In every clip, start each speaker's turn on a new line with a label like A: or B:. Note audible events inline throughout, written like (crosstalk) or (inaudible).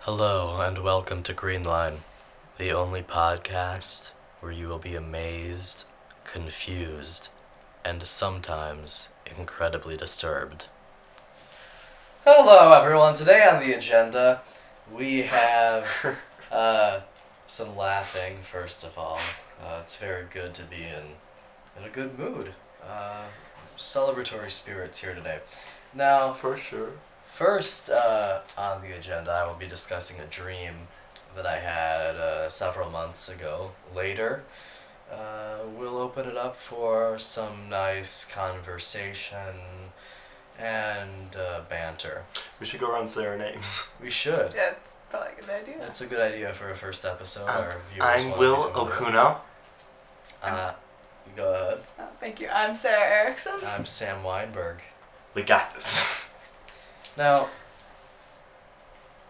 A: Hello, and welcome to Green Line, the only podcast where you will be amazed, confused, and sometimes incredibly disturbed.
B: Hello, everyone. Today on the agenda,
A: (laughs)
B: we have uh, some laughing, first of all. Uh, it's very good to be in, in a good mood. Uh, celebratory spirits here today. Now,
C: For sure.
B: first uh, on the agenda, I will be discussing a dream that I had uh, several months ago. Later, uh, we'll open it up for some nice conversation and uh, banter.
C: We should go around say
B: (laughs)
C: our names.
B: We should.
D: Yeah, it's probably a good idea.
B: That's a good idea for a first episode.
C: Um,
B: Our viewers
C: I'm
B: wanna
C: Will
B: be familiar.
C: Okuno.
B: Uh, go ahead.
D: Oh, thank you. I'm Sarah Erickson.
B: I'm Sam Weinberg.
C: We got this. (laughs)
B: Now,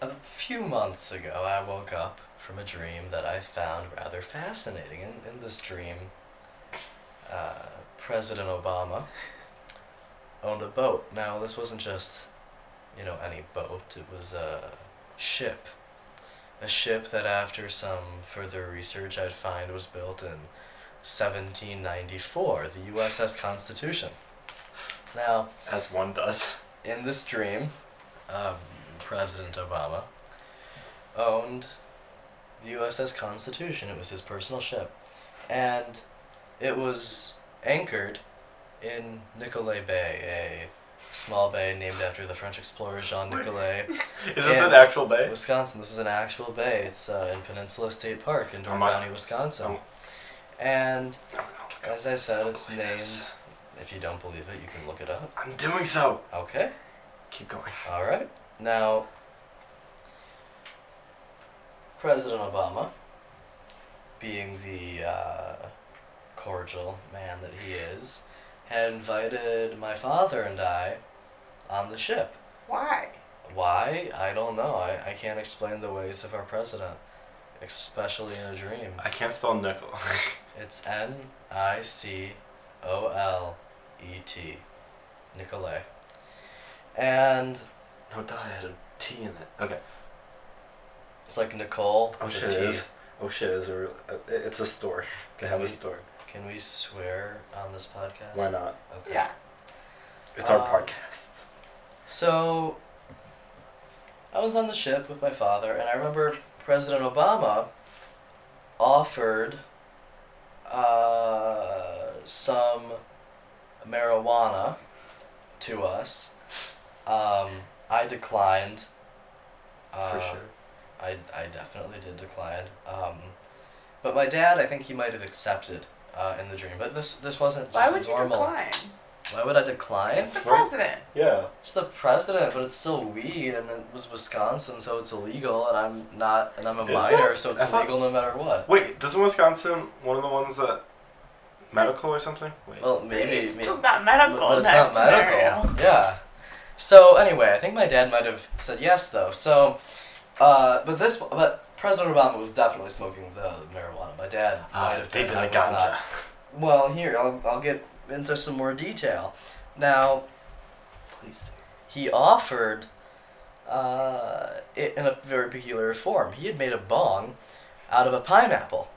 B: a few months ago, I woke up from a dream that I found rather fascinating. In, in this dream, uh, President Obama owned a boat. Now, this wasn't just, you know, any boat, it was a ship. A ship that, after some further research, I'd find was built in 1794, the USS Constitution. Now,
C: As one does.
B: in this dream, um, President Obama owned the USS Constitution. It was his personal ship. And it was anchored in Nicolay Bay, a small bay named after the French explorer Jean Nicolay.
C: Is this
B: Yeah.
C: an actual bay?
B: Wisconsin. This is an actual bay. It's uh, in Peninsula State Park in Door
C: Oh my-
B: County, Wisconsin.
C: Oh.
B: And
C: I'm gonna look up
B: as I said, its
C: believe
B: name,
C: this.
B: if you don't believe it, you can look it up.
C: I'm doing so.
B: Okay.
C: Keep going.
B: All right. Now, President Obama, being the uh, cordial man that he is, had invited my father and I on the ship.
D: Why?
B: Why? I don't know. I, I can't explain the ways of our president, especially in a dream.
C: I can't spell nickel. (laughs)
B: It's N I C O L E T. Nicolay. And
C: no, duh, it had a T in it. Okay.
B: it's like Nicole.
C: Oh
B: with a
C: shit,
B: T.
C: it is. Oh shit, it's a. real- uh, it- It's a store. They
B: Can
C: have
B: we-
C: a store.
B: Can we swear on this podcast?
C: Why not?
B: Okay.
D: Yeah.
C: It's our
B: Um,
C: podcast.
B: So, I was on the ship with my father, and I remember President Obama offered uh, some marijuana to us. Um, I declined. Uh,
C: for sure.
B: I, I definitely did decline. Um, but my dad, I think he might have accepted uh, in the dream. But this this wasn't just
D: Why would you
B: normal.
D: decline?
B: Why would I decline?
D: It's the
C: for-
D: president.
C: Yeah.
B: It's the president, but it's still weed, and it was Wisconsin, so it's illegal, and I'm not, and I'm a
C: Is
B: minor,
C: it?
B: so it's
C: I thought-
B: illegal no matter what.
C: Wait, doesn't Wisconsin one of the ones that medical or something? Wait.
B: Well, maybe,
D: it's
B: maybe
D: still not medical.
B: but
D: in
B: it's
D: that
B: not medical.
D: scenario.
B: Yeah. So anyway, I think my dad might have said yes though. So, uh, but this, but President Obama was definitely smoking the marijuana. My dad might
C: Ah,
B: have
C: deep
B: been,
C: in
B: I
C: the
B: was not.
C: ganja.
B: Well, here I'll I'll get into some more detail. Now,
C: Please.
B: he offered uh, it in a very peculiar form. He had made a bong out of a pineapple.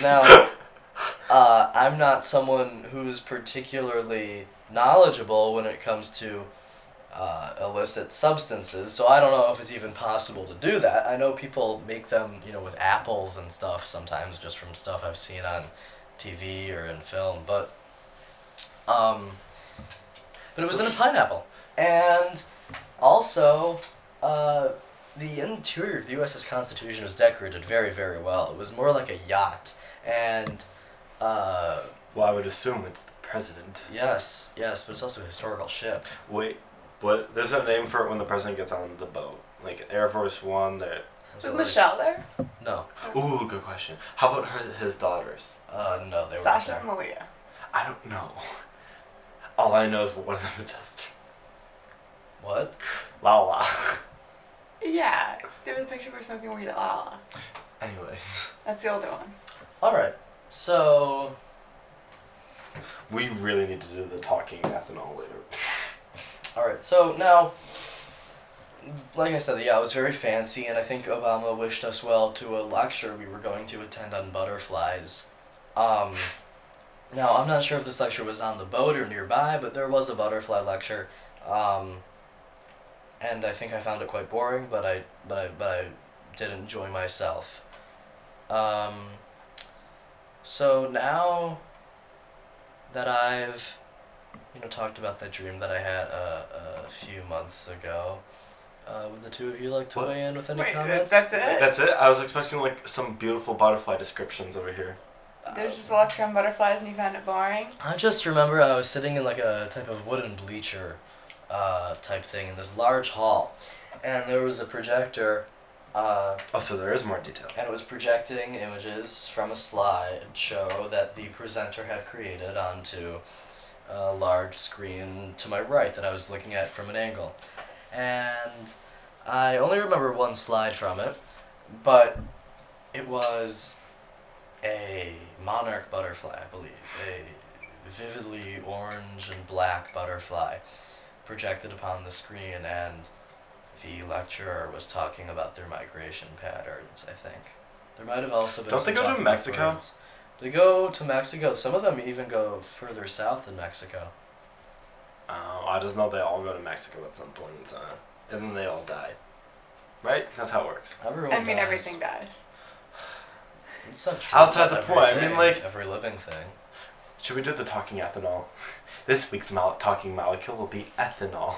B: Now, uh, I'm not someone who's particularly knowledgeable when it comes to uh, illicit substances, so I don't know if it's even possible to do that. I know people make them, you know, with apples and stuff sometimes, just from stuff I've seen on TV or in film, but um, but it was in a pineapple. And also, uh, the interior of the USS Constitution was decorated very, very well. It was more like a yacht. And uh,
C: Well, I would assume it's the president.
B: yes, yes, but it's also a historical ship.
C: Wait, what? There's a name for it when the president gets on the boat. Like Air Force One. There.
B: Was
D: Was
B: it like-
D: Michelle there?
B: No,
C: Ooh, good question. How about her, his daughters?
B: uh, no, they were not
D: Sasha
B: there.
D: and Malia.
C: I don't know. (laughs) All I know is one of them (laughs) is just
B: What?
C: la la. (laughs)
D: Yeah, there was a picture of her smoking weed at Lala.
C: Anyways,
D: That's the older one.
B: All right. So
C: we really need to do the talking ethanol later.
B: All right. So now, like I said, yeah, it was very fancy, and I think Obama wished us well to a lecture we were going to attend on butterflies. Um, now, I'm not sure if this lecture was on the boat or nearby, but there was a butterfly lecture. Um, and I think I found it quite boring, but I, but I, but I did enjoy myself. Um, so now that I've, you know, talked about that dream that I had uh, a, a few months ago, uh, would the two of you like to
C: What?
B: weigh in with any
D: Wait,
B: comments?
D: that's it?
C: That's it. I was expecting like some beautiful butterfly descriptions over here.
D: There's just a lecture on butterflies and you found it boring?
B: I just remember I was sitting in like a type of wooden bleacher uh, type thing in this large hall, and there was a projector, uh,
C: Oh, so there is more detail.
B: and it was projecting images from a slideshow that the presenter had created onto a large screen to my right that I was looking at from an angle. And I only remember one slide from it, but it was a monarch butterfly, I believe, a vividly orange and black butterfly projected upon the screen, and the lecturer was talking about their migration patterns. I think there might have also been.
C: Don't
B: some
C: they go to
B: talk about
C: Mexico?
B: birds. They go to Mexico. Some of them even go further south than Mexico.
C: Oh, I just know they all go to Mexico at some point in time, and then they all die. Right? That's how it works.
B: Everyone.
D: I mean,
B: dies.
D: everything dies.
B: It's not true.
C: Outside
B: about
C: the point, I
B: everything,
C: mean, like-
B: every living thing.
C: Should we do the talking ethanol? (laughs) This week's mo- talking molecule will be ethanol,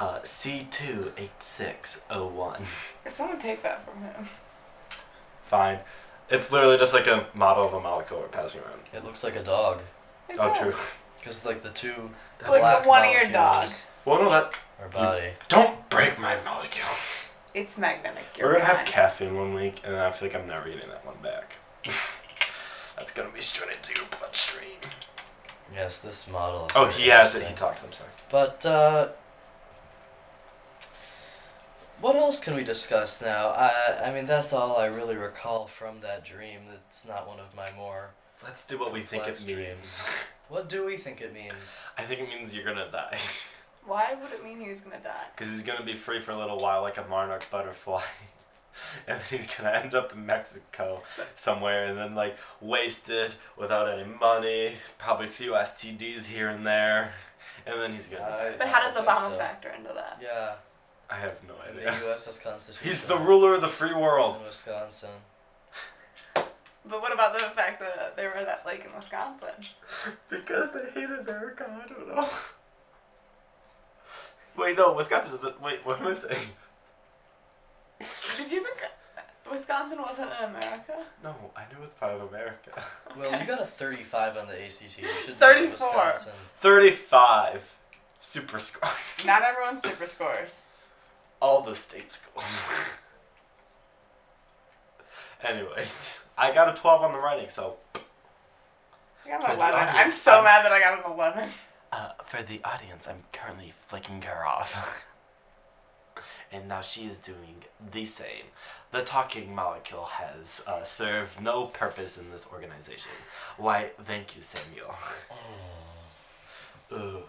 C: uh, C28601.
D: Could someone take that from him? (laughs)
C: Fine. It's literally just like a model of a molecule we're passing around.
B: It looks like a dog,
D: It
C: Oh,
D: does.
C: true.
B: because like the two
C: That's
D: Like
B: black
D: a one-eared
B: molecules
C: Well, no, that.
B: Or body.
C: Don't break my molecules.
D: It's magnetic.
C: we're
D: you're
C: gonna have
D: fine.
C: caffeine one week, and I feel like I'm never getting that one back. (laughs) That's gonna be straight into your bloodstream.
B: Yes, this model is.
C: Oh,
B: very
C: he has it. He
B: interesting.
C: talks. I'm sorry.
B: But uh, what else can we discuss now? I I mean that's all I really recall from that dream. It's not one of my more.
C: Let's do what we think it
B: Complex
C: means.
B: dreams. (laughs) What do we think it means?
C: I think it means you're gonna die. (laughs)
D: Why would it mean he was gonna die?
C: Because he's gonna be free for a little while, like a monarch butterfly. (laughs) and then he's gonna end up in Mexico somewhere, and then, like, wasted, without any money, probably a few STDs here and there. And then he's gonna.
B: I-
D: But
B: I
D: how does
B: don't
D: Obama
B: think so.
D: factor into that?
B: Yeah,
C: I have no
B: in
C: idea. (laughs)
B: the U.S.'s Constitution.
C: He's the ruler of the free world. (laughs)
B: in Wisconsin.
D: But what about the fact that they were at that lake in Wisconsin?
C: Because they hate America, I don't know. (laughs) Wait, no, Wisconsin doesn't. Wait, what am I saying? (laughs)
D: Did you think Wisconsin wasn't in America?
C: No, I knew it's part of America. (laughs)
B: Well, you got a thirty-five on the ACT. You should know
D: 34.
B: Wisconsin.
C: 35. Super score. (laughs)
D: Not everyone super scores.
C: All the state schools. (laughs) Anyways, I got a 12 on the writing, so.
D: I got
C: For
D: an
C: the
D: 11. I'm
C: audience,
D: so
C: Oh, I'm-
D: mad that I got an 11.
C: Uh, for the audience, I'm currently flicking her off. (laughs) and now she is doing the same. The talking molecule has uh, served no purpose in this organization. Why, thank you, Samuel. Ugh.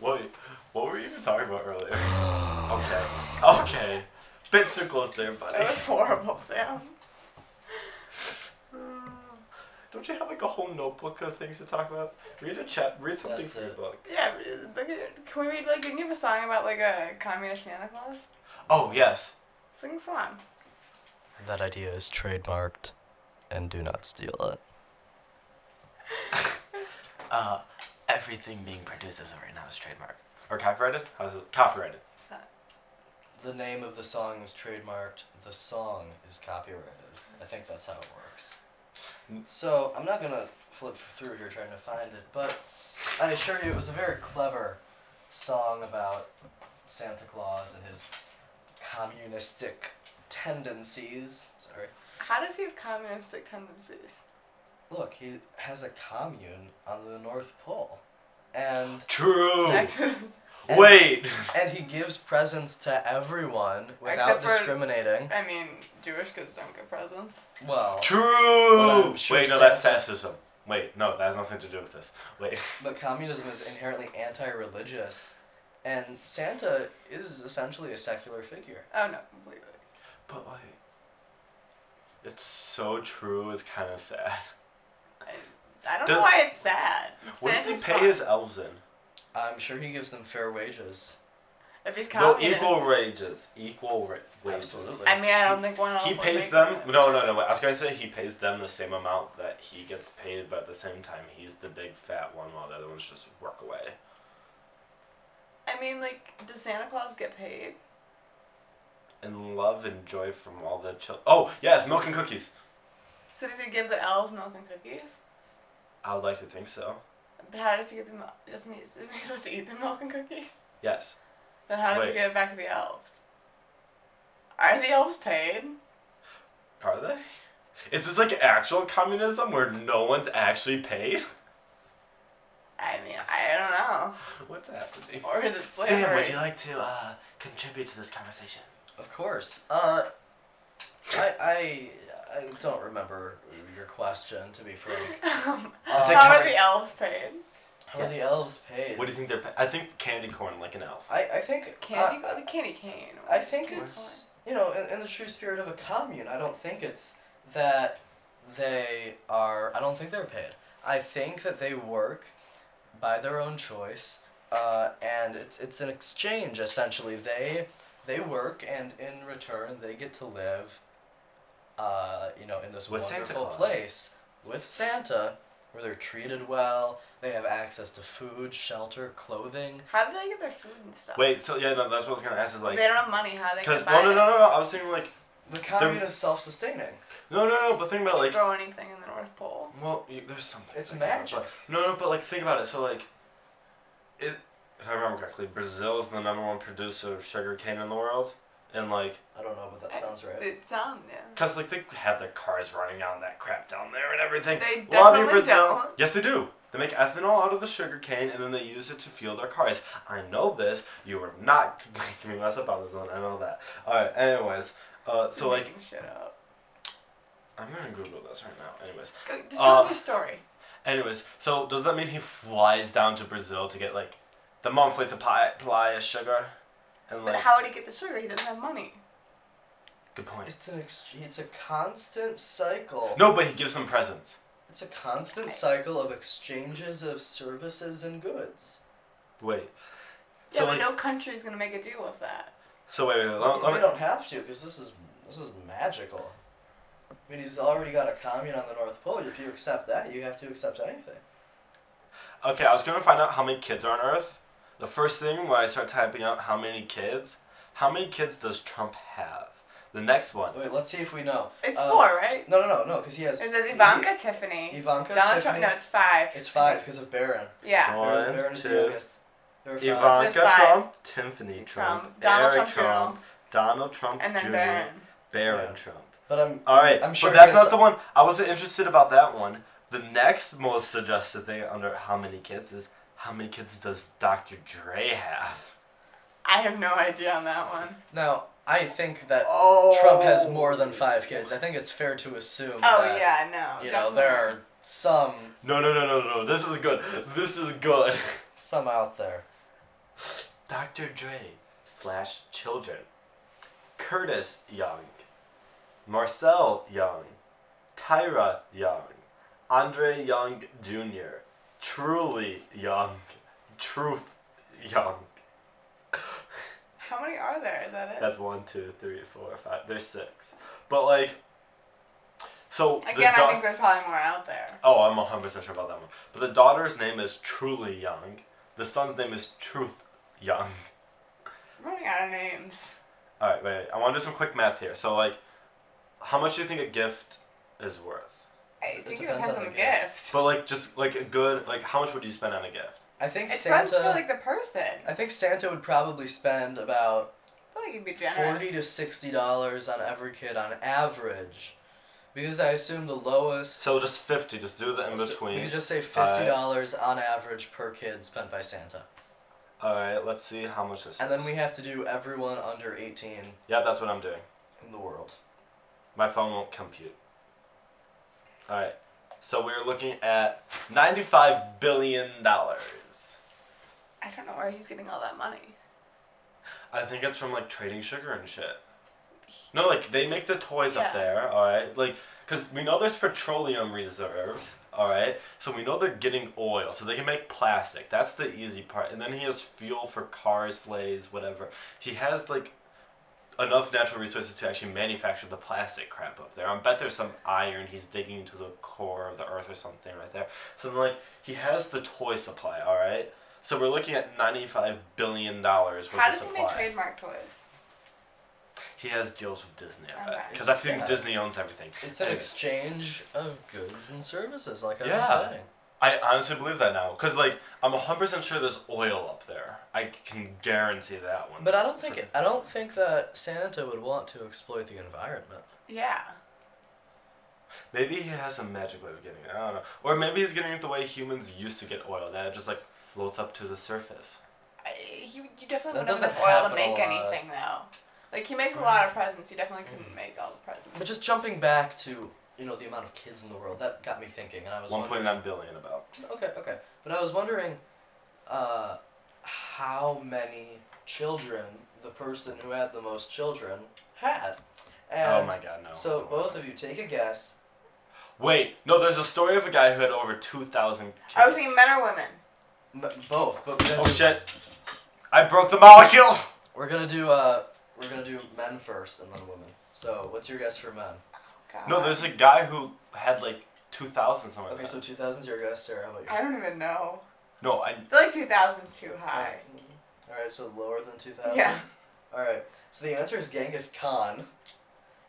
C: Wait, what were you even talking about earlier? okay, okay. Bit too close there, buddy.
D: (laughs) That was horrible, Sam.
C: Don't you have like a whole notebook of things to talk about? Read a chat, read something
B: That's
C: from your
B: it.
C: book.
D: Yeah, look at, can we read, like, didn't you have a song about, like, a communist Santa Claus?
C: Oh, yes.
D: Sing a song.
B: That idea is trademarked, and do not steal it.
C: uh, everything being produced as of right now is trademarked. Or copyrighted? How's it? Copyrighted.
B: The name of the song is trademarked. The song is copyrighted. I think that's how it works.
C: Mm.
B: So I'm not gonna flip through here trying to find it, but I assure you it was a very clever song about Santa Claus and his communistic tendencies. Sorry.
D: How does he have communistic tendencies?
B: Look, he has a commune on the North Pole, and
D: (laughs)
C: True.
D: Except-
B: And-
C: Wait.
B: and he gives presents to everyone without
D: Except for-
B: discriminating.
D: I mean, Jewish kids don't get presents.
B: Well, But
C: True.
B: I'm sure
C: Wait, no, that's
B: Santa-
C: fascism. Wait, no, that has nothing to do with this. Wait.
B: But communism is inherently anti-religious, And Santa is essentially a secular figure.
D: Oh no, completely.
C: But like, it's so true. It's kind of sad.
D: I don't
C: Does-
D: know why it's sad.
C: What does
D: Santa's
C: he pay
D: fun.
C: his elves in?
B: I'm sure he gives them fair wages.
D: If he's
C: No,
D: confident.
C: equal wages. Equal ra- wages.
B: Absolutely.
D: I mean, I don't think one. of
C: He
D: would
C: pays
D: make
C: them.
D: that.
C: No, no, no. Wait. I was gonna say he pays them the same amount that he gets paid, but at the same time, he's the big fat one, while the other ones just work away.
D: I mean, like, does Santa Claus get paid?
C: And love and joy from all the children. Oh yes, milk and cookies.
D: So does he give the elves milk and cookies?
C: I would like to think so.
D: But how does he get the milk? Isn't he, isn't he supposed to eat the milk and cookies?
C: Yes.
D: Then how does
C: Wait.
D: he give it back to the elves? Are the elves paid?
C: Are they? Is this like actual communism where no one's actually paid? (laughs)
D: I mean, I don't know. (laughs)
C: What's happening?
D: Or is it
C: Sam, would
D: slavery?
C: you like to uh, contribute to this conversation?
B: Of course. Uh, I, I, I don't remember your question, to be frank.
D: Um,
B: Uh,
C: like
D: how are
C: Harry-
D: the elves paid?
B: how are the
C: Yes.
B: elves paid?
C: What do you think they're? Pa- I think candy corn like an elf.
B: I, I think.
D: Candy, Oh,
B: uh,
D: the candy cane. or
B: I
D: what
B: think
D: do you
B: it's you know in, in the true spirit of a commune. I don't think it's that they are. I don't think they're paid. I think that they work by their own choice, uh, and it's it's an exchange essentially. They they work, and in return they get to live. Uh, you know, in this
C: With Santa
B: wonderful
C: Claus.
B: place with Santa, where they're treated well. They have access to food, shelter, clothing.
D: How do they get their food and stuff?
C: Wait, so yeah, no, that's what I was gonna ask. Is like,
D: they don't have money. How do they
C: because
D: get
C: no,
D: by?
C: no, no, no, no. I was thinking like,
B: The commune is self-sustaining.
C: no, no, no. But think about
D: Can
C: like,
D: grow anything in the North Pole.
C: well, you, there's something.
B: It's
C: like that,
B: magic.
C: but- no, no, but like, think about it. So like, it, if I remember correctly, Brazil is the number one producer of sugar cane in the world, and like,
B: I don't know, but that
D: I-
B: sounds right.
D: It sounds yeah.
C: cause like they have their cars running on that crap down there and everything.
D: They
C: Love you,
D: definitely
C: Brazil.
D: don't.
C: Yes, they do. They make ethanol out of the sugar cane and then they use it to fuel their cars. I know this. You were not (laughs) making me mess up on this one. I know that. All right. Anyways, uh, so like,
D: Making shit up.
C: I'm gonna Google this right now. Anyways,
D: Go, just
C: Uh,
D: go with your story.
C: anyways. So does that mean he flies down to Brazil to get like the monthly supply, supply of sugar? And
D: But
C: like,
D: how would he get the sugar? He doesn't have money.
C: good point.
B: It's an ex- it's a constant cycle.
C: No, but he gives them presents.
B: It's a constant cycle of exchanges of services and goods.
C: Wait.
D: Yeah,
C: So
D: but
C: like,
D: no country's gonna make a deal with that.
C: so wait, wait. wait,
B: They
C: Let, let me,
B: don't have to because this is this is magical. I mean, he's already got a commune on the North Pole. If you accept that, you have to accept anything.
C: Okay, I was gonna find out how many kids are on Earth. The first thing when I start typing out how many kids, how many kids does Trump have? The next one.
B: Wait, let's see if we know.
D: It's
B: Uh,
D: four, right?
B: No, no, no, no, because he has.
D: It says Ivanka, Tiffany,
B: Ivanka,
D: Donald
B: Tiffany.
D: Trump. No, it's five.
B: It's five because of Baron.
D: Yeah.
B: Baron,
C: One,
B: Baron is the
C: two.
B: youngest. There are five.
C: Ivanka
D: There's five.
C: Trump, Tiffany Trump,
D: Trump, Donald
C: Eric
D: Trump
C: Trump,
D: Jr.
C: Donald Trump
D: And then
C: Jr.,
D: Baron.
C: Barron
B: Yeah.
C: Trump.
B: But I'm.
C: All right,
B: I'm sure
C: but that's
B: there's-
C: not the one. I wasn't interested about that one. The next most suggested thing under how many kids is how many kids does Dr. Dre have?
D: I have no idea on that one.
B: Now I think that
C: Oh.
B: Trump has more than five kids. I think it's fair to assume.
D: Oh
B: that,
D: yeah, no.
B: You know
D: definitely.
B: there are some
C: No, no, no, no, no. This is good. This is good. (laughs)
B: some out there.
C: Dr. Dre slash children. Curtis Young. Marcel Young. Tyra Young. Andre Young Jr. Truly Young. Truth Young.
D: How many are there? Is that it?
C: That's one, two, three, four, five. There's six. But like, so the
D: Again, I
C: doc-
D: think there's probably more out there.
C: Oh, I'm 100% sure about that one. But the daughter's name is Truly Young. The son's name is Truth Young. (laughs)
D: I'm running out of names.
C: All right, wait, wait. I want to do some quick math here. So, like, how much do you think a gift is worth?
D: I
B: It
D: think it
B: depends on
D: depends on the
B: the gift.
D: gift.
C: But like, just like a good, like, how much would you spend on a gift?
B: I think
D: It depends
B: Santa.
D: for like the person. I
B: I think Santa would probably spend about
D: feel like you'd be
B: forty
D: generous.
B: to sixty dollars on every kid on average, because I assume the lowest.
C: So just fifty. Just do the in
B: We
C: between.
B: could just say fifty dollars on average per kid spent by Santa,
C: All right, let's see how much this.
B: and then
C: is.
B: we have to do everyone under eighteen
C: Yeah, that's what I'm doing.
B: in the world.
C: My phone won't compute. All right, so we're looking at ninety-five billion dollars.
D: I don't know where he's getting all that money.
C: I think it's from like trading sugar and shit. No, like they make the toys
D: Yeah.
C: up there, all right? Like cuz we know there's petroleum reserves, all right? So we know they're getting oil, so they can make plastic. That's the easy part. And then he has fuel for cars, sleighs, whatever. He has like enough natural resources to actually manufacture the plastic crap up there. I bet there's some iron he's digging into the core of the earth or something right there. So then like he has the toy supply, all right? So we're looking at 95 billion dollars worth
D: How
C: of
D: does he
C: supply.
D: make trademark toys?
C: He has deals with Disney, I bet.
D: Okay.
C: Because I think
B: Yeah.
C: Disney owns everything.
B: It's an
C: And
B: exchange of goods and services, like I
C: Yeah.
B: was saying.
C: I honestly believe that now. Because, like, I'm 100% sure there's oil up there. I can guarantee that one.
B: But I don't think I don't think that Santa would want to exploit the environment.
D: Yeah.
C: Maybe he has a magic way of getting it. I don't know. Or maybe he's getting it the way humans used to get oil, that it just, like, floats up to the surface.
D: I, you, you definitely
B: That
D: wouldn't have
B: doesn't
D: enough oil to
B: happen a
D: make
B: lot.
D: anything, though. Like, he makes a lot of presents. You definitely couldn't make all the presents.
B: Mm. But just jumping back to you know the amount of kids in the world that got me thinking, and I was wondering-
C: 1.9 billion, about.
B: Okay, okay. But I was wondering uh, how many children the person who had the most children had. And
C: oh my god, no.
B: So both of you take a guess.
C: Wait, no, there's a story of a guy who had over 2,000 kids.
D: I was thinking men or women.
B: M- both, but we're gonna
C: Oh
B: do,
C: shit. I broke the molecule!
B: We're gonna do uh, we're gonna do men first and then women. So what's your guess for men?
D: God.
C: No, there's a guy who had, like, 2,000 somewhere.
B: Okay, so 2000's your guess, Sarah. How about you?
D: I don't even know.
C: No, I.
D: I feel like 2000's too high.
B: All right, so lower than 2000.
D: Yeah.
B: All right. So the answer is Genghis Khan,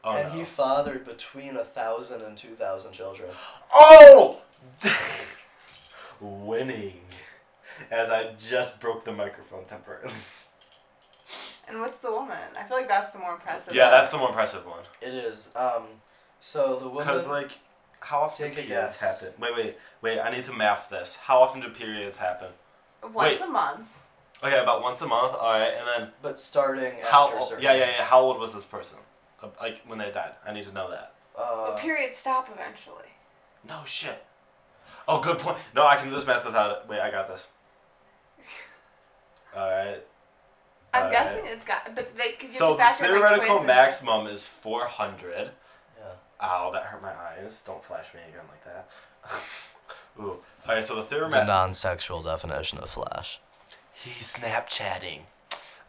C: Oh,
B: and
C: no.
B: he fathered between a thousand and two thousand children.
C: Oh! (laughs) Winning. As I just broke the microphone temporarily.
D: And what's the woman? I feel like that's the more impressive.
C: yeah,
D: one.
C: that's the more impressive one.
B: It is. Um, so the woman.
C: Because, like, how often
B: Take a
C: do
B: guess.
C: periods happen? Wait, wait, wait, I need to math this. How often do periods happen?
D: once
C: wait.
D: a month.
C: Okay, about once a month, alright, and then
B: But starting
C: how
B: after
C: old?
B: certain
C: Yeah, yeah,
B: age.
C: yeah, how old was this person? Uh, Like, when they died. I need to know that.
B: Uh,
D: the periods stop eventually.
C: No shit. Oh, good point. No, I can do this math without it. Wait, I got this. (laughs) Alright.
D: I'm
C: alright.
D: guessing it's got, but they could
C: So the
D: factor in, like,
C: theoretical
D: twins and-
C: maximum is 400.
B: yeah.
C: Ow, that hurt my eyes. Don't flash me again like that. (laughs) Ooh. Okay, so the
A: The
C: theoretical.
A: non sexual definition of flash.
C: He's Snapchatting.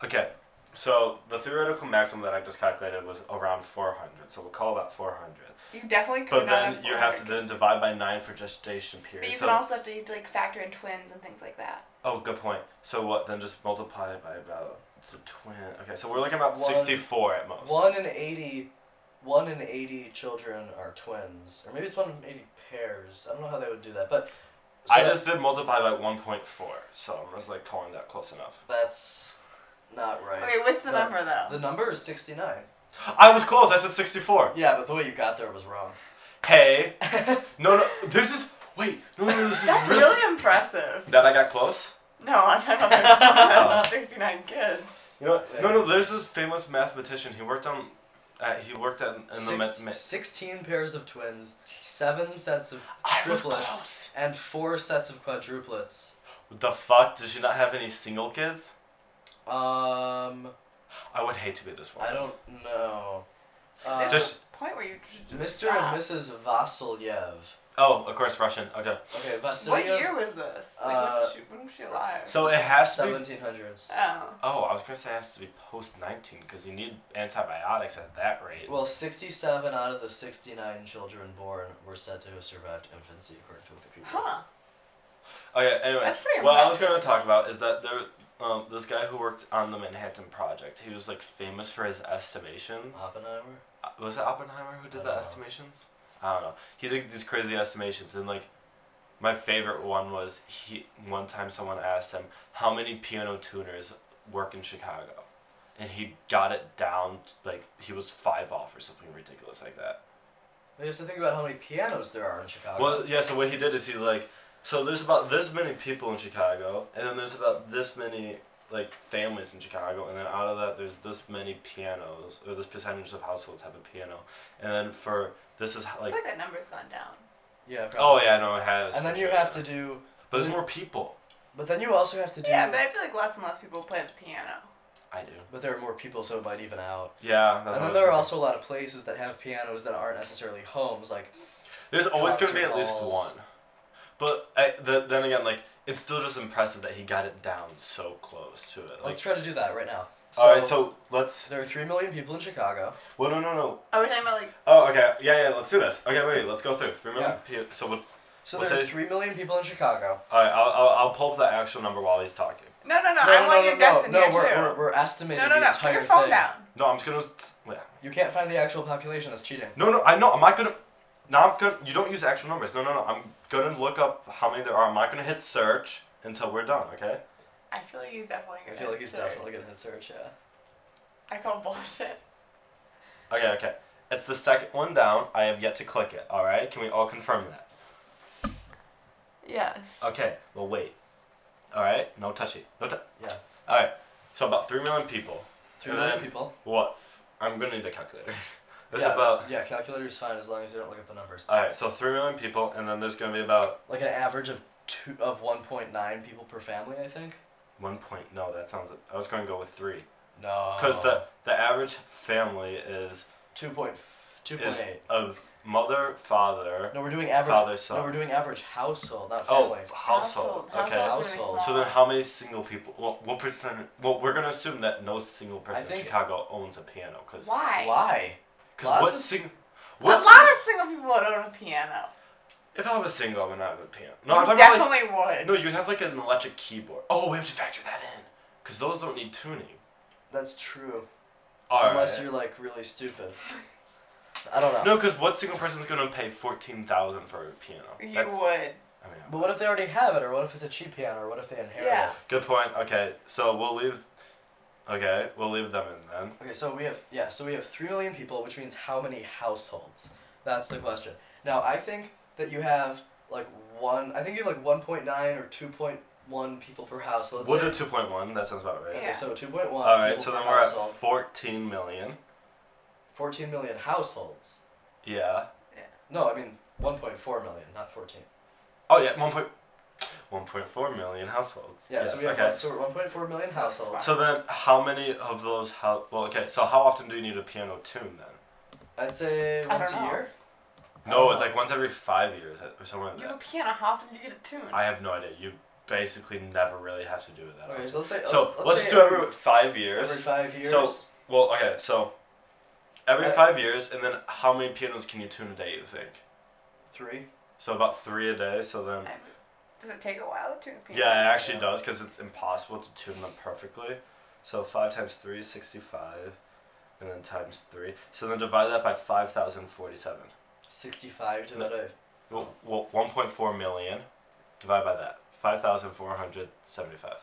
C: Okay, so the theoretical maximum that I just calculated was around 400, so we'll call that 400.
D: You definitely could
C: But
D: not
C: then you have to
D: 400.
C: then divide by 9 for gestation period.
D: But you
C: so,
D: can also have to like factor in twins and things like that.
C: oh, good point. So what? Then just multiply by about the twin. Okay, so we're looking about
B: One-
C: 64 at most.
B: One in eighty. One in eighty children are twins, or maybe it's one in eighty pairs. I don't know how they would do that, but so
C: I
B: that-
C: just did multiply by 1.4, so I'm just like calling that close enough.
B: that's not right.
D: Okay, what's the
B: But
D: number though?
B: The number is sixty nine.
C: I was close. I said 64.
B: Yeah, but the way you got there was wrong.
D: (laughs)
C: Hey, no, no, this is wait, no, no, this is
D: That's
C: really-
D: really impressive.
C: that I got close.
D: No, I'm
B: (laughs)
D: talking (laughs) about 69 kids.
C: You know, what? no, no, there's this famous mathematician. He worked on, uh, he worked at in the
B: Six-
C: ma- ma-
B: Sixteen pairs of twins, seven sets of
C: I was
B: triplets,
C: close.
B: and four sets of quadruplets.
C: The fuck? Does she not have any single kids?
B: Um,
C: I would hate to be this one.
B: I don't know. Uh,
D: There's
C: Just-
D: a point where you should just
B: Mr.
D: stop.
B: and Mrs. Vasilyev.
C: Oh, of course, Russian. Okay,
B: Okay,
D: What
B: Vasilyev.
D: year was this? Like when,
B: Uh,
D: was she, when was she Oh. alive?
C: so it has to. be...
B: Seventeen hundreds.
D: oh,
C: Oh, I was gonna say it has to be post nineteen because you need antibiotics at that rate.
B: Well, sixty-seven out of the sixty-nine children born were said to have survived infancy, according to Wikipedia.
D: huh?
C: Okay, anyways,
D: That's pretty
C: Oh, what I was
D: impressive.
C: going to talk about is that there, um, this guy who worked on the Manhattan Project, he was like famous for his estimations.
B: Oppenheimer.
C: Uh, was it Oppenheimer who did
B: I
C: the
B: don't know.
C: estimations? I don't know. He did these crazy estimations, and like, my favorite one was he. One time, someone asked him how many piano tuners work in Chicago, and he got it down t- like he was five off or something ridiculous like that.
B: We have to think about how many pianos there are in Chicago.
C: Well, yeah. So what he did is he like, so there's about this many people in Chicago, and then there's about this many like families in Chicago, and then out of that there's this many pianos, or this percentage of households have a piano, and then for this is
D: I
C: like,
D: feel like that number's gone down.
B: yeah. Probably.
C: oh yeah, no, it has.
B: And then
C: for
B: you
C: sure.
B: have to do
C: But there's more people.
B: But then you also have to do.
D: Yeah, but I feel like less and less people play the piano.
C: I do.
B: but there are more people, so it might even out.
C: Yeah.
B: And then there are also a lot of places that have pianos that aren't necessarily homes. Like,
C: There's always going to be at least
B: concert
C: one.
B: halls.
C: But I, the, then again, like it's still just impressive that he got it down so close to it. Like,
B: let's try to do that right now. So,
C: all right, so let's.
B: there are three million people in Chicago.
C: Well, no, no, no.
D: Oh, we're talking about like
C: Oh, okay. Yeah, yeah. Let's do this. Okay, wait. Let's go through. Three million. pe- So, what,
B: So
C: What's
B: there are
C: that?
B: three million people in Chicago.
C: all right. I'll, I'll I'll pull up the actual number while he's talking.
D: no, no, no.
B: no,
D: I
B: no,
D: want
B: no,
D: your
B: no,
D: guess in
B: no,
D: here
B: we're,
D: too.
B: We're, we're estimating
D: no, no,
B: the
D: no. Put
B: entire
D: your phone
B: thing.
D: down.
C: No, I'm just gonna. Yeah.
B: You can't find the actual population. That's cheating.
C: No, no. I know. I'm not gonna. Now I'm gonna. You don't use actual numbers. No, no, no. I'm gonna look up how many there are. I'm not gonna hit search until we're done. Okay.
D: I feel like he's definitely.
B: I
D: gonna
B: feel like he's
D: answer.
B: definitely gonna hit search. Yeah.
D: I call bullshit.
C: Okay, okay. It's the second one down. I have yet to click it. All right. Can we all confirm that?
D: Yes.
C: Okay. Well, wait. All right. No touchy. No. T-
B: Yeah.
C: all right. So about three million people.
B: Three
C: And
B: million
C: then-
B: people.
C: What? f- I'm gonna need a calculator. (laughs) There's
B: yeah,
C: about. Uh,
B: Yeah, calculator's fine as long as you don't look up the numbers.
C: All right. So three million people, and then there's gonna be about
B: Like an average of two of one point nine people per family, I think.
C: one point. No, that sounds. I was gonna go with three.
B: No.
C: Cause the the average family is
B: two point two point
C: is
B: eight.
C: a mother, father.
B: No, we're doing average.
C: Father, son.
B: No, we're doing average household, not
C: Oh,
B: family.
C: f- household. Okay.
D: Household's really
B: Household.
D: small.
C: So then, how many single people? Well, what percent? Well, we're gonna assume that no single person in
B: think-
C: Chicago owns a piano, cause
D: Why?
B: Why?
C: cause
B: Lots
C: what
B: of-
C: sing?
D: A
C: What?
D: lot of single people would own a piano.
C: if I was single, I would not have a piano. No, I'm
D: You
C: talking about
D: definitely
C: like,
D: would.
C: no, you'd have like an electric keyboard. Oh, we have to factor that in, cause those don't need tuning.
B: That's true.
C: All right.
B: Unless you're like really stupid. I don't know.
C: No, cause what single person's gonna pay fourteen thousand for a piano?
D: You
C: That's-
D: would.
C: I mean,
B: But what if they already have it, or what if it's a cheap piano, or what if they inherit
D: Yeah.
B: it?
C: good point. Okay, so we'll leave. Okay, we'll leave them in then.
B: Okay, so we have yeah, so we have three million people, which means how many households? That's the question. Now I think that you have like one. I think you have like one point nine or two point one people per house. So let's
C: We'll
B: say,
C: do two point one. That sounds about right.
D: Yeah.
B: okay, so two point one.
C: All right, so then we're at fourteen million.
B: fourteen million households.
C: Yeah.
B: No, I mean one point four million, not fourteen.
C: Oh yeah, one point, one point four million households.
B: Yeah,
C: Yes,
B: so we have
C: okay.
B: one, so we're one point four million
D: So
B: households.
C: So then, how many of those? How well? Okay, so how often do you need a piano tune then?
B: I'd say
D: I
B: once
D: don't
B: a
D: know.
B: year. Uh,
C: No, it's like once every five years or something like
D: You have a
C: that.
D: piano. How often do you get it tuned?
C: I have no idea. You basically never really have to do it that.
B: Okay,
C: often.
B: so let's say
C: So
B: let's,
C: let's
B: say
C: just do every five
B: every
C: years.
B: five years.
C: So- Well, okay, so every
B: Uh,
C: five years, and then how many pianos can you tune a day? You think?
B: three.
C: So about three a day. So then.
D: I- Does it take a while to tune a piano?
C: Yeah, it actually
B: Yeah.
C: does because it's impossible to tune them perfectly. So 5 times 3 is 65, and then times 3. So then divide that by 5,047.
B: 65 divided by
C: Well, well, 1.4 million, divide by that. 5,475.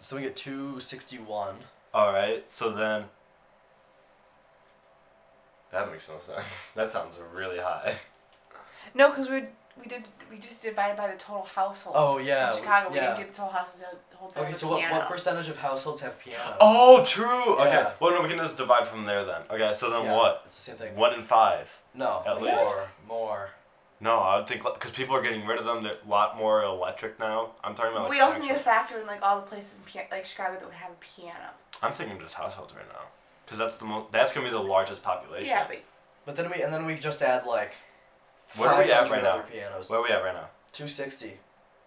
B: So we get 261.
C: Alright, so then. That makes no sense. (laughs) That sounds really high.
D: No, because we we did we just divided by the total households.
B: Oh, yeah,
D: In
B: we-
D: Chicago, we
B: yeah.
D: didn't do the total houses. The whole
B: Okay, so what, what percentage of households have pianos?
C: Oh, true! Okay,
B: Yeah.
C: well, no, we can just divide from there then. Okay, so then
B: Yeah,
C: what?
B: It's the same thing.
C: 1 in 5.
B: No,
C: At
D: least.
B: more, more.
C: No, I would think because people are getting rid of them. They're a lot more electric now. I'm talking about. Like,
D: we also need to
C: actual-
D: factor in like all the places in pia- like Chicago that would have a piano.
C: I'm thinking just households right now, because that's the most. That's gonna be the largest population.
D: Yeah, but
B: But then we and then we just add like
C: What are we at
B: 500
C: right
B: other
C: now?
B: pianos.
C: Where are we at right now?
B: 260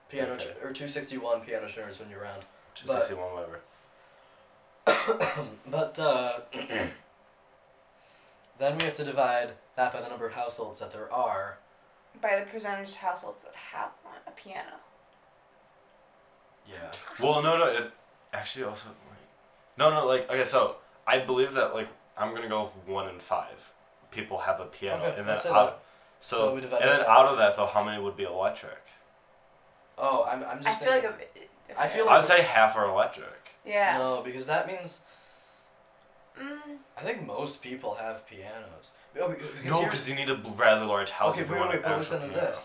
B: piano
C: Okay.
B: tu- or 261 piano tuners when you're around.
C: Two sixty one, whatever.
B: But uh, (clears throat) then we have to divide that by the number of households that there are.
D: by the percentage of households that have one, a piano.
B: Yeah.
C: Well, no, no. It actually also. Like, no, no. Like okay, so I believe that like I'm gonna go with one in five people have a piano,
B: Okay,
C: and then
B: let's say
C: out. So,
B: So we
C: and
B: divide by
C: then
B: five.
C: out of that though, how many would be electric?
B: Oh, I'm, I'm
D: I
B: just
D: feel like
B: thinking.
D: a, if
B: I feel
D: it-
B: like-
C: I'd say half are electric.
D: yeah.
B: No, because that means
D: Mm,
B: I think most people have pianos. Oh, be- because
C: No,
B: here's-
C: because you need a rather large house.
B: Okay,
C: if you
B: wait,
C: want
B: wait,
C: an
B: wait, but
C: actual
B: listen to
C: piano.
B: this.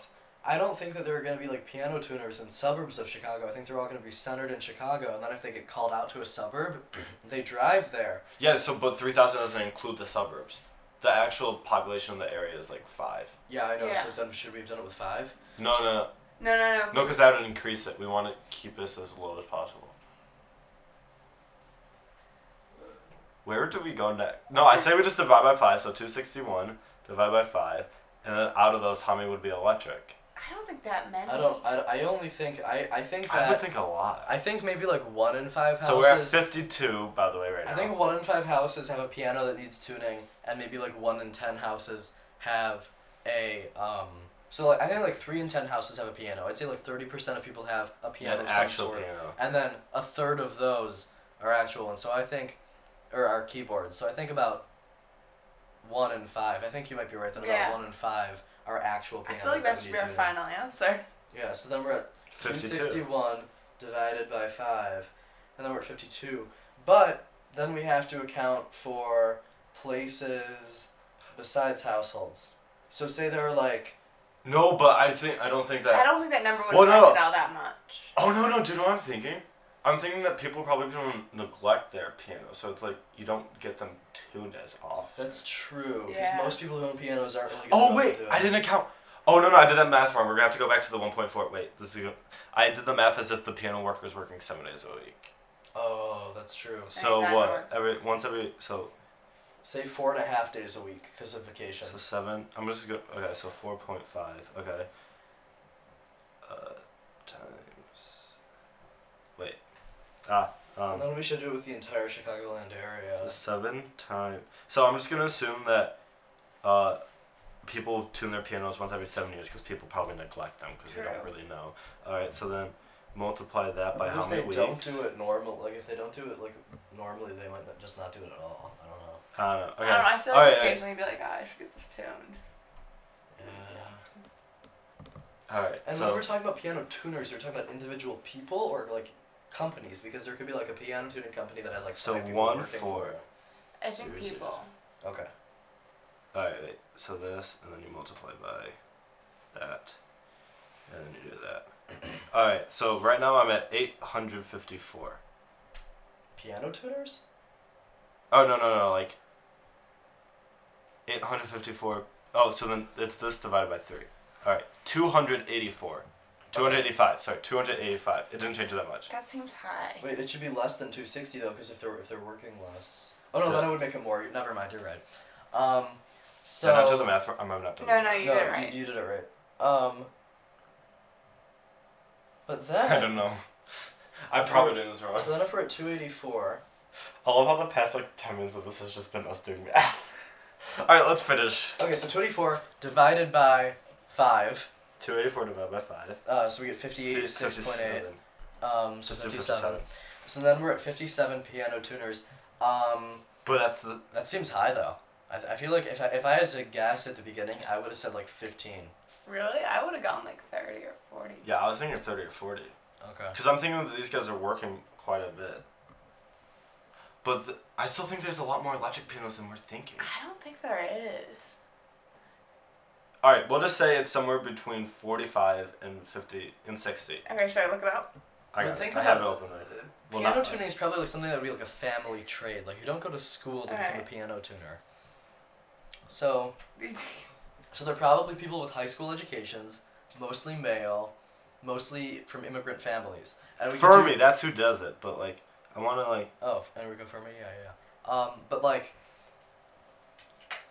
B: I don't think that there are going to be like piano tuners in suburbs of Chicago. I think they're all going to be centered in Chicago, and then if they get called out to a suburb,
C: (clears throat)
B: they drive there.
C: Yeah, so but three thousand doesn't include the suburbs. The actual population of the area is like five.
B: Yeah, I know. So
D: Yeah.
B: then should we have done it with five?
C: No, no, no.
D: No, no, no.
C: No, because that would increase it. We want to keep this as low as possible. Where do we go next? No, I say we just divide by five, so two sixty one divide by five, and then out of those, how many would be electric?
D: I don't think that many.
B: I don't. I, I only think I. I think
C: I would
B: that.
C: think a lot.
B: I think maybe like one in five houses.
C: so we're at fifty two, by the way, right
B: I
C: now.
B: think one in five houses have a piano that needs tuning, and maybe like one in ten houses have a um. So like I think like three in ten houses have a piano. I'd say like thirty percent of people have a piano
C: an
B: of some
C: actual
B: sort,
C: piano.
B: and then a third of those are actual ones. So I think, or are keyboards. So I think about one in five. I think you might be right that
D: Yeah.
B: about one in five are actual
D: I
B: pianos.
D: feel like
B: that
D: that should
B: need
D: be our
B: tuning.
D: final answer.
B: Yeah. So then we're at
C: Fifty two.
B: 261 divided by 5, and then we're at 52. But then we have to account for places besides households. So say there are like,
C: No, but I think I don't think that.
D: I don't think that number would
C: Well,
D: have
C: no.
D: affected all that much.
C: Oh no no! Do you know what I'm thinking? I'm thinking that people probably gonna neglect their piano, so it's like you don't get them tuned as often.
B: that's true, because
D: Yeah.
B: most people who own pianos aren't really good
C: Oh
B: at
C: wait,
B: doing
C: I
B: it.
C: didn't account. Oh no no, I did that math wrong. We're gonna have to go back to the one point four. Wait, this is. I did the math as if the piano worker is working seven days a week.
B: Oh, that's true.
C: So
D: that
C: what?
D: works.
C: Every once every so
B: Say four and a half days a week because of vacation.
C: so seven. I'm just go. Okay, so four point five. Okay. Uh, times. Wait. Ah. Um.
B: and then we should do it with the entire Chicagoland area.
C: Seven time. So I'm just gonna assume that uh, people tune their pianos once every seven years because people probably neglect them because they don't
D: True.
C: really know. All right, so then multiply that by
B: if
C: how
B: they
C: many weeks?
B: don't do it normal, like if they don't do it like normally, they might not, just not do it at all. I don't know.
C: I don't know.
B: Oh,
C: Okay.
D: I don't know. I feel
C: All
D: like
C: right, all right.
D: occasionally you'd be like, oh, I should get this tuned.
C: All right.
B: And
C: so
B: when we're talking about piano tuners, you're talking about individual people or like companies because there could be like a piano tuning company that has like
C: so
B: five people
C: one
B: working
C: four.
B: for
D: I think
C: Seriously.
D: people.
B: it. Okay.
C: All right. Wait. So this, and then you multiply by that, and then you do that. (clears throat) All right. So right now I'm at eight hundred fifty-four.
B: Piano tuners?
C: Oh no no no like. Eight hundred fifty-four. Oh, so then it's this divided by three. All right, two hundred eighty-four. Two hundred eighty-five. Sorry, two hundred eighty-five. It didn't change that much.
D: That seems high.
B: Wait, it should be less than 260 though because if they're if they're working less. Oh no,
C: Yeah.
B: then it would make it more. Never mind, you're right. Um so
C: Did I not do the math? For, I'm, I'm not doing.
D: No,
C: the
D: no,
C: math.
D: you
B: no,
D: did it Oh, right.
B: You, you did it right. Um But then
C: (laughs) (laughs) I don't know. I'm probably doing this wrong.
B: So then if we're at 284,
C: I love how the past like ten minutes of this has just been us doing math. (laughs) All right, let's finish.
B: okay, so 284 divided by 5,
C: Two eighty-four divided by five.
B: uh, so we get 58, 6.8.
C: 57.
B: Um, so
C: Just do
B: 57.
C: 57.
B: So then we're at 57 piano tuners. Um,
C: But that's the
B: that seems high though. I, I feel like if I, if I had to guess at the beginning, I would have said like 15.
D: Really? I would have gone like 30 or 40.
C: yeah. I was thinking thirty or forty.
B: Okay.
C: Because I'm thinking that these guys are working quite a bit. But th- I still think there's a lot more electric pianos than we're thinking.
D: I don't think there is.
C: All right, we'll just say it's somewhere between 45 and 50 and 60.
D: Okay, should I look it up?
C: I,
B: But
C: got
B: think
C: it. I have it
B: about- uh,
C: open right there.
B: piano
C: not-
B: tuning is probably like something that would be like a family trade. Like you don't go to school to become a
D: Alright.
B: piano tuner. So, so they're probably people with high school educations, mostly male, mostly from immigrant families. And uh, we could do-
C: Fermi, that's who does it. But like, I want to like.
B: Oh, Enrico Fermi, yeah, yeah. Um, but like,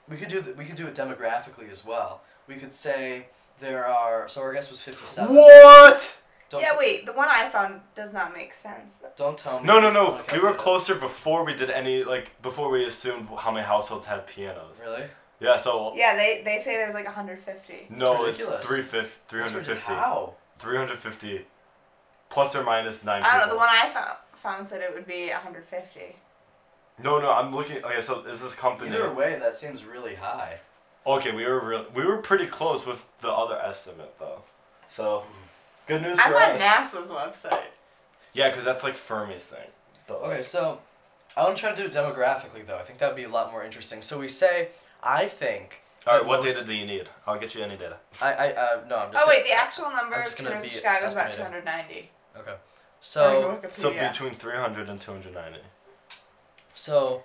B: we could do th- we could do it demographically as well. We could say there are. So our guess was fifty-seven.
C: What?
B: Don't
D: yeah, wait. The one I found does not make sense. though.
B: Don't tell me.
C: No, no,
B: this
C: no.
B: one
C: We were
B: calculated.
C: closer before we did any like before we assumed how many households have pianos.
B: Really?
C: Yeah.
B: Oh.
C: So
D: Yeah, they, they say there's like 150.
C: no,
B: That's
C: it's
B: ridiculous.
C: 350,
B: That's
C: 350,
B: ridic- How?
C: 350, plus or minus nine.
D: I don't know.
C: people.
D: The one I found, found said it would be 150.
C: No, no, I'm looking. Okay, so is this company?
B: Either way, that seems really high.
C: Okay, we were real. We were pretty close with the other estimate though. So, good news
D: I'm
C: for
D: on
C: us.
D: NASA's website.
C: yeah, because that's like Fermi's thing. But, like,
B: Okay, so I want to try to do it demographically though. I think that would be a lot more interesting. So we say, I think.
C: all right,
B: that
C: what
B: most-
C: data do you need? I'll get you any data.
B: I I uh, no. I'm just.
D: Oh, wait.
B: gonna-
D: The actual number
B: I'm
D: of
B: just gonna
D: Chicago's
B: be
D: Chicago is about
B: estimating.
D: 290.
B: Okay.
D: According
B: So
D: to
C: So
D: Wikipedia.
C: between 300 and 290.
B: So,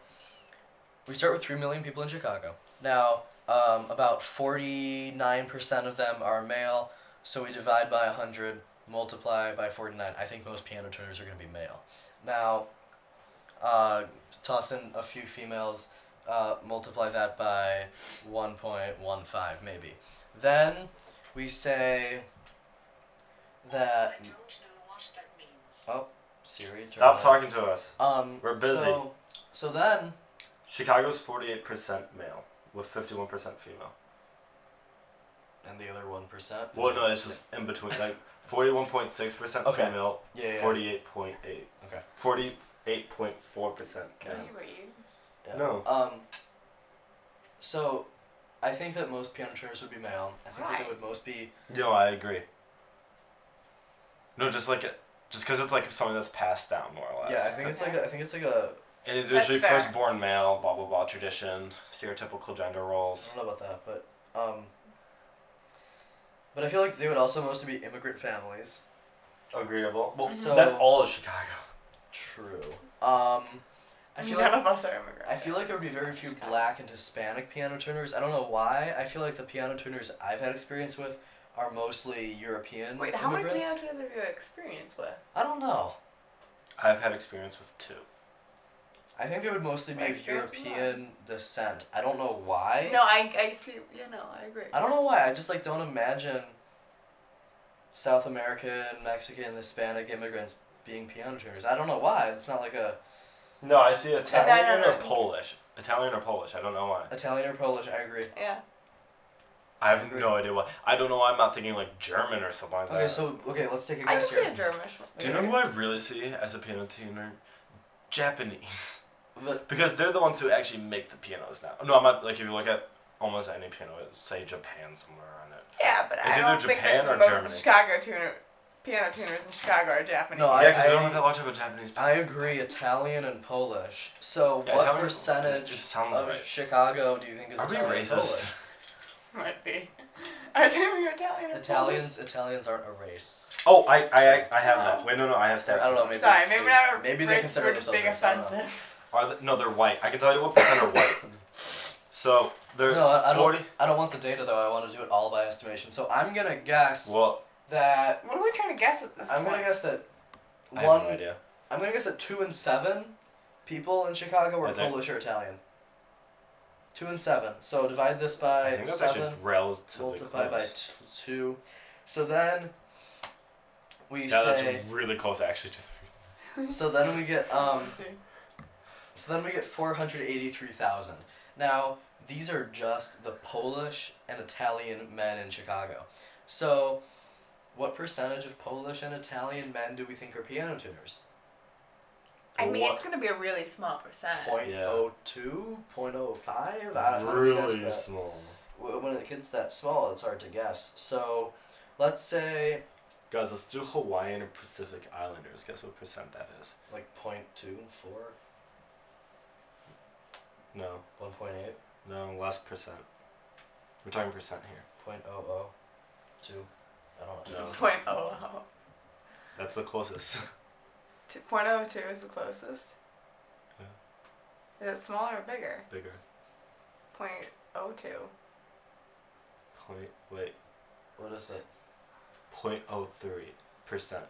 B: we start with 3 million people in Chicago. Now, um, about 49% of them are male, So we divide by 100, multiply by 49. I think most piano tuners are going to be male. Now, uh, toss in a few females, uh, multiply that by 1.15 maybe. Then we say
E: I
B: that.
E: don't know what that means.
B: Oh, Siri. turn
C: Stop
B: on-
C: talking to us.
B: Um,
C: We're busy.
B: So, so then,
C: Chicago's 48% male with 51% female.
B: and the other 1%.
C: Well, no, it's just in between. Like 41.6%
B: Okay.
C: female,
B: Yeah, yeah.
C: 48.8.
B: Okay.
C: 48.4% male.
D: Are you read?
B: Yeah.
C: No.
B: Um. So, I think that most piano tuners would be male. I think that
D: Why?
B: it would most be.
C: No, I agree. No, just like it, just because it's like something that's passed down more or less.
B: yeah, I think it's like a, I think it's like a.
C: And it's
D: That's
C: usually
D: fair.
C: firstborn male, blah blah blah, tradition, stereotypical gender
B: I
C: roles.
B: don't know about that, but um. But I feel like they would also mostly be immigrant families.
C: Agreeable. Mm-hmm. Well,
B: So
C: that's all of Chicago.
B: true. Um, I feel
D: None
B: like
D: of us are immigrants.
B: I feel like there would be very few black and Hispanic piano tuners. I don't know why. I feel like the piano tuners I've had experience with are mostly European.
D: Wait, how many
B: immigrants.
D: piano tuners have you experienced with?
B: I don't know.
C: I've had experience with two.
B: I think they would mostly be
D: My
B: of
D: experience is not.
B: European descent. I don't know why.
D: No, I, I see. You know, I agree.
B: I don't know why. I just like don't imagine South American, Mexican, Hispanic immigrants being piano tuners. I don't know why. It's not like a
C: No, I see Italian
D: No, no, no.
C: or Polish. Italian or Polish. I don't know why.
B: Italian or Polish. I agree.
D: Yeah.
C: I have no idea why. I don't know why I'm not thinking like German or something like that.
B: Okay, so okay, let's take a
D: I can
B: guess
D: see
B: here.
D: a Germish one.
C: Do you know who I really see as a piano tuner? Japanese.
B: But
C: Because they're the ones who actually make the pianos now. No, I'm not. Like, if you look at almost any piano, it's, say Japan somewhere on it.
D: Yeah, but
C: It's
D: I
C: either
D: don't think
C: Japan
D: that
C: or
D: most
C: Germany.
D: Chicago tuner, piano tuners in Chicago are Japanese.
B: No, I-
C: yeah, because we don't have that much of a Japanese
B: I
C: piano.
B: agree, Italian and Polish. So
C: Yeah,
B: what
C: Italian-
B: percentage
C: it just sounds
B: of
C: right.
B: Chicago do you think is
C: Are we
B: Italian and
D: (laughs)
C: racist?
D: might be. (laughs) I was thinking we were Italian. or
B: Polish?
D: Polish.
B: Italians, Italians aren't a race.
C: (laughs) Oh, I, I, I have that. Wait, no, no, I have
B: Or,
C: stats.
B: I don't know.
C: for
B: Maybe
D: Sorry, maybe not.
B: Maybe
D: we're-
B: they consider
D: we're just
B: themselves
D: being
B: race, I don't know.
D: offensive. (laughs)
C: that. Are they, no, they're white. I can tell you what percent
B: (laughs)
C: are white. So they're
B: No, I, I don't.
C: forty.
B: I don't want the data though. I want to do it all by estimation. So I'm gonna guess
C: Well,
B: that
D: What are we trying to guess at this
B: I'm
D: point?
B: gonna guess that
C: I
B: one.
C: have no idea.
B: I'm gonna guess that two and seven people in Chicago were
C: That's it.
B: Polish or Italian. Two and seven. So divide this
C: I
B: by
C: think that's
B: seven.
C: actually relatively
B: Multiply by
C: close.
B: t- two. So then we
C: Yeah, that's
B: say.
C: really close actually to three.
B: So then we get um.
D: Let's see.
B: So then we get four hundred eighty-three thousand. Now these are just the Polish and Italian men in Chicago. So, what percentage of Polish and Italian men do we think are piano tuners?
D: I mean,
C: What?
D: it's gonna be a really small percent.
B: (laughs) Point
C: Yeah.
B: oh two, point oh five. I, I
C: really
B: guess that-
C: small.
B: w- When it gets that small, it's hard to guess. So, let's say
C: Guys, let's do Hawaiian and Pacific Islanders. Guess what percent that is?
B: like point two four,
C: No,
B: one point eight,
C: no, less percent. We're talking percent here.
B: point oh oh, two. I don't know.
C: No.
D: Point oh oh.
C: That's the closest. (laughs)
D: Two- Point oh two is the closest.
C: Yeah.
D: Is it smaller or bigger?
C: Bigger.
D: Point oh two.
C: Point. Wait.
B: What is it?
C: Point oh three percent.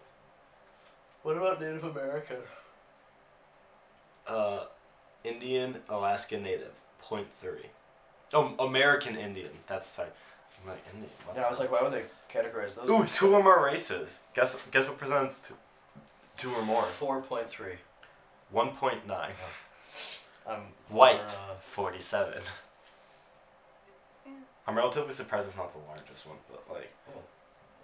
B: What about Native American?
C: Uh, Indian, Alaska Native. Point three. Oh, American Indian. That's sorry. I'm like Indian. what
B: Yeah, I was
C: the-
B: like, why would they categorize those?
C: Ooh, two or more races. Guess guess what percent's two, two or more.
B: Four point three.
C: One point nine.
B: Um.
C: White,
B: uh,
C: forty-seven.
D: Yeah.
C: I'm relatively surprised it's not the largest one, but like.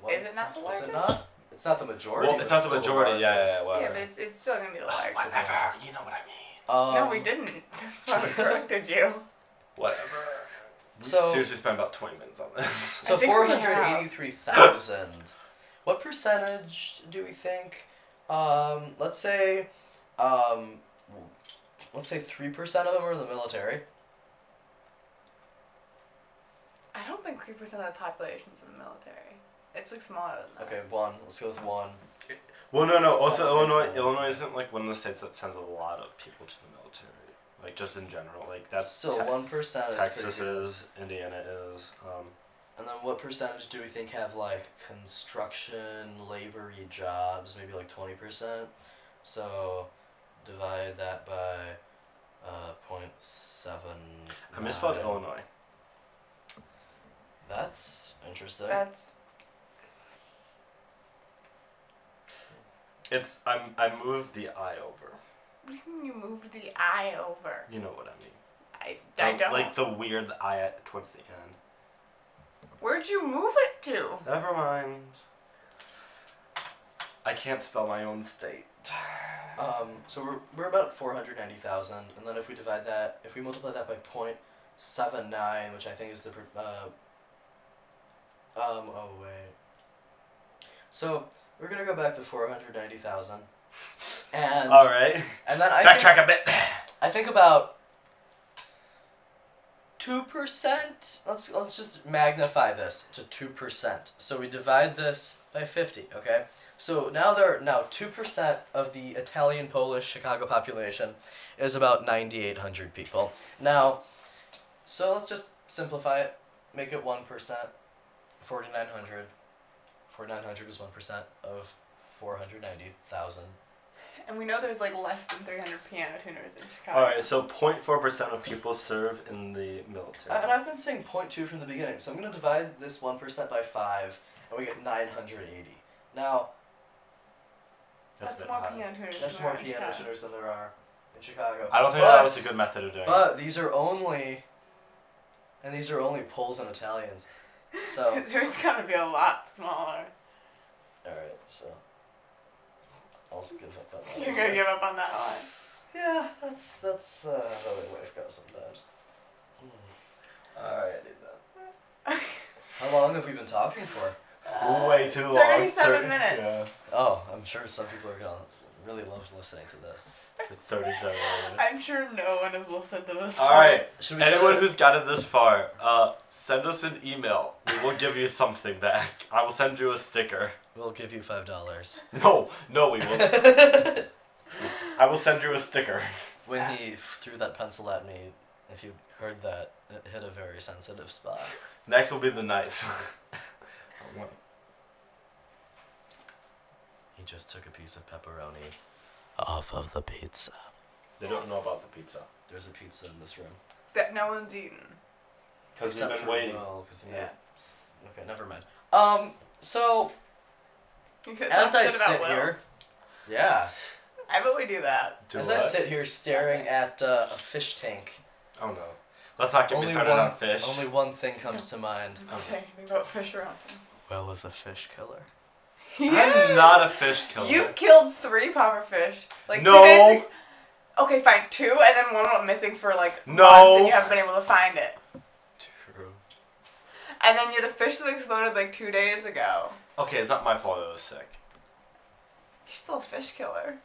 B: what?
D: Is it not the
B: Is
D: largest?
B: it not? It's not the majority.
C: Well,
B: but
C: it's not the
B: still
C: majority. Yeah, yeah, yeah.
B: largest.
D: Yeah,
C: Whatever.
D: but it's, it's still gonna be the largest.
C: whatever. You know what I mean.
B: Um,
D: no, we didn't. (laughs) That's why we corrected you.
C: Whatever. We
B: So-
C: seriously spent about twenty minutes on (laughs) this.
B: So
D: I think we
B: four
D: have-
B: hundred eighty-three thousand. what percentage do we think? Um, let's say, um, let's say three percent of them are in the military.
D: I don't think three percent of the population's in the military. It's like smaller than that.
B: Okay, one. Let's go with one.
C: Well, no, no. Also,
B: That's the
C: Illinois,
B: thing.
C: Illinois isn't like one of the states that sends a lot of people to the military. Like just in general, like that's
B: still
C: Te-
B: one percent.
C: Texas is, Indiana is. Um,
B: And then what percentage do we think have like construction, labory jobs? Maybe like 20%. So divide that by uh, 0.7.
C: I misspelled Illinois.
B: That's interesting.
D: That's
C: It's I'm I moved the I over.
D: what do you mean you move the eye over?
C: You know what I mean.
D: I, I
C: The-
D: don't.
C: Oh, Like the weird I at, towards the end.
D: Where'd you move it to?
C: Never mind. I can't spell my own state.
B: Um, so we're, we're about 490,000, and then if we divide that, if we multiply that by 0.79, which I think is the, per- uh, um, oh wait. So, we're gonna go back to 490,000, and,
C: All right.
B: and then I think,
C: Backtrack a bit.
B: I think about 2%, let's, let's just magnify this to 2%. So we divide this by 50, okay? So now there are now 2% of the Italian Polish Chicago population is about 9,800 people. Now, so let's just simplify it, make it 1%, 4,900. 4,900 is 1% of 490,000.
D: And we know there's like less than 300 piano tuners in Chicago.
C: All right. So 0.4 percent of people serve in the
B: Uh, and
C: military.
B: I've been saying 0.2 from the beginning, so I'm going to divide this 1% by 5, and we get 980. Now,
D: That's,
C: a bit
D: more
C: high.
D: piano tuners.
B: that's
D: than
B: more
D: there are in
B: piano
D: (laughs) Chicago.
B: tuners than there are in Chicago.
C: I don't think
B: but,
C: that was a good method of doing it.
B: But these are only. And these are only Poles and Italians.
D: (laughs)
B: So. Alright,
D: so it's gotta be a lot smaller.
B: so. I'll just give up on that.
D: You're gonna give up on that one.
B: Yeah, that's, that's uh, how my wife goes sometimes. Hmm.
C: All right. did that.
D: (laughs)
B: How long have we been talking for?
C: Way too long.
D: 37
C: Thirty-
D: minutes.
C: Yeah,
B: Oh, I'm sure some people are going to really love listening to this.
C: for 37 minutes.
D: I'm sure no one has listened to this.
C: All right.
B: Should we
C: Anyone
B: try-
C: who's got it this far, uh, send us an email. We will give you something back. (laughs) I will send you a sticker.
B: We'll give you five dollars.
C: No, no, we
D: (laughs)
C: will. I will send you a sticker.
B: When he threw that pencil at me, if you heard that, it hit a very sensitive spot.
C: Next will be the knife. (laughs)
A: He just took a piece of pepperoni off of the pizza.
C: they don't know about the pizza
B: There's a pizza in this room.
D: That no one's eaten.
C: because we've
B: Except
C: been
B: for
C: waiting.
B: Will, 'cause he
D: Yeah.
B: made- Okay, never mind. Um, so
D: You could
B: as
D: talk
B: I
D: shit about
B: sit
D: Will.
B: here, yeah,
D: I bet we do that.
C: Do
B: as I
C: what?
B: sit here staring at uh, a fish tank,
C: Oh no. Let's not get me started
B: one
C: on fish.
B: only one thing comes to mind.
D: Don't say anything about fish around
A: Well, is a fish killer.
D: him.
C: (laughs) I'm not a fish killer.
D: You killed three pufferfish. Like two
C: No.
D: days ag- Okay, fine. Two, and then one went missing for like
C: No.
D: months, and you haven't been able to find it.
C: True.
D: And then you had a fish that exploded like two days ago.
C: Okay, it's not my fault. I was sick.
D: You're still a fish killer.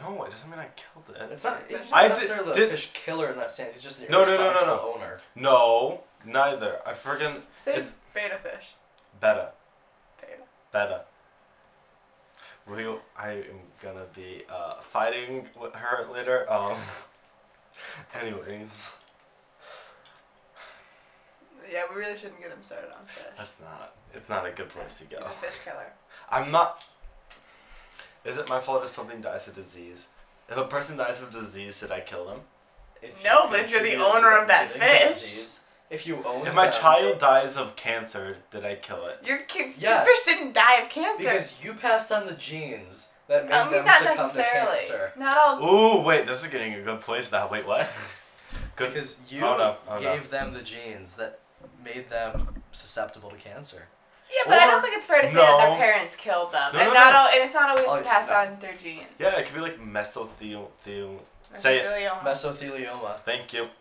C: No, it doesn't mean I killed it.
B: It's not. It's
C: I
B: not
C: did-
B: necessarily a
C: did-
B: fish killer in that sense. He's just an
C: No, no, no, no,
B: irresponsible
C: no.
B: owner.
C: No, neither. I friggin'
D: Say
C: It's-
D: beta fish.
C: better.
D: Beta.
C: better. Real, I am gonna be uh, fighting with her later. Um. (laughs) Anyways,
D: Yeah, we really shouldn't get him started on fish.
C: that's not. It's not a good place to
D: He's
C: go.
D: a fish killer.
C: I'm not. Is it my fault if something dies of disease? If a person dies of disease, did I kill them?
B: If
D: No,
B: you
D: but if you're the
B: contributed to
D: owner of that
B: getting
D: fish-
B: disease, if you own
C: If my
B: them-
C: child dies of cancer, did I kill it?
D: Your, ki-
B: Yes.
D: your fish didn't die of cancer.
B: Because you passed on the genes that made
D: I mean,
B: them
D: Um, not
B: succumb to
D: necessarily.
B: cancer.
D: Not all.
C: Ooh, wait, this is getting a good place now. Wait, (laughs) what? Good.
B: Because you
C: Oh, no. Oh, no.
B: gave them the genes that made them susceptible to cancer.
D: Yeah, but I
C: Or-
D: don't think it's fair to say that
C: No.
D: their parents killed them,
C: No,
D: and
C: no,
D: not
C: no.
D: all. And it's not always
B: Oh,
D: passed
B: no.
D: on through genes.
C: yeah, it could be like mesothel. Theo. Say it.
D: Mesothelioma. Uh-huh.
B: Mesothelioma.
C: Thank you. (laughs)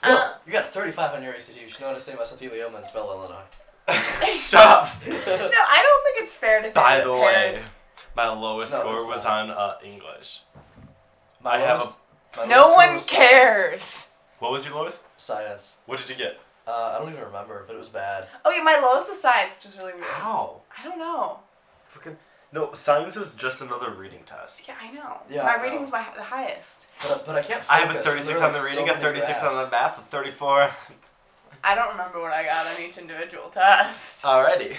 D: Uh,
B: Look, you got a 35 on your ACT. You should know how to say mesothelioma and spell Illinois.
C: Shut up.
B: (laughs)
D: no, I don't think it's fair to say
C: By
D: that
C: the way,
D: parents.
C: my lowest
B: No,
C: score
B: it's
C: was on uh, English.
B: My
C: I have
B: lowest- my lowest
D: no
B: score
D: one
B: was
D: cares.
C: What was your lowest?
B: Science. Science.
C: What did you get?
B: Uh, I don't even remember, but it was bad.
D: Okay, Oh, my lowest was science, which is really weird.
C: How?
D: I don't know.
C: Fucking no. Science is just another reading test.
D: Yeah, I know.
B: Yeah, I
D: my
B: know.
D: reading was my the highest.
B: But, but I can't.
C: I have a
B: focus when
C: 36
B: there are,
C: on
B: like,
C: the
B: so
C: reading, a
B: many
C: 36 on the
B: graphs.
C: math, a 34.
D: I don't remember what I got on each individual (laughs) test.
C: Alrighty.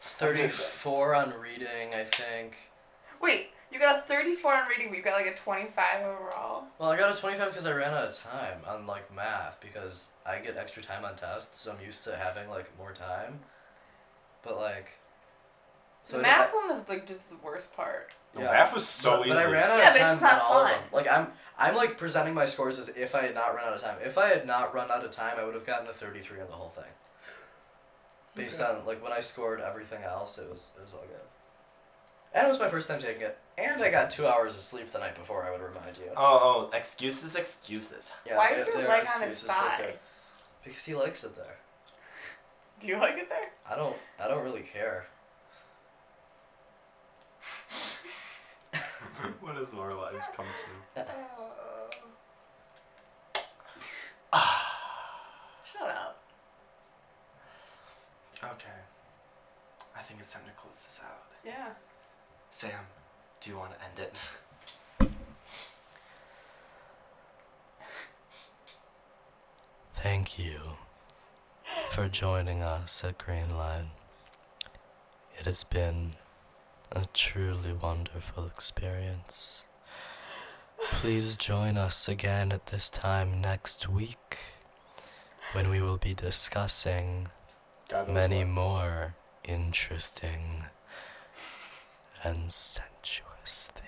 B: 34 on reading, I think.
D: Wait, you got a 34 on reading, but you got like a 25 overall.
B: Well, I got a 25 because I ran out of time on like math because I get extra time on tests, so I'm used to having like more time. But like,
D: the
B: I-
D: math one is like just the worst part.
C: The
B: Yeah.
C: math was so
B: but,
C: easy.
B: But I ran out
D: Yeah,
B: of
D: but it's
B: time
D: just not
B: on all of
D: fun.
B: them. Like I'm, I'm like presenting my scores as if I had not run out of time. If I had not run out of time, I would have gotten a thirty-three on the whole thing. Based on like when I scored everything else, it was it was all good. And it was my first time taking it, and I got two hours of sleep the night before. I would remind you.
C: oh, oh, excuses, excuses.
B: Yeah,
D: Why
B: there-
D: is your
B: there are
D: leg on his
B: excuses, but
D: thigh?
B: they're- Because he likes it there.
D: Do you like it there?
B: I don't. I don't really care.
C: (laughs) what has our lives come to?
D: Shut up.
C: Okay. I think it's time to close this out.
D: Yeah.
C: Sam, do you want to end it?
A: Thank you for joining us at Green Line. It has been a truly wonderful experience. Please join us again at this time next week when we will be discussing
C: God
A: many more interesting and sensuous things.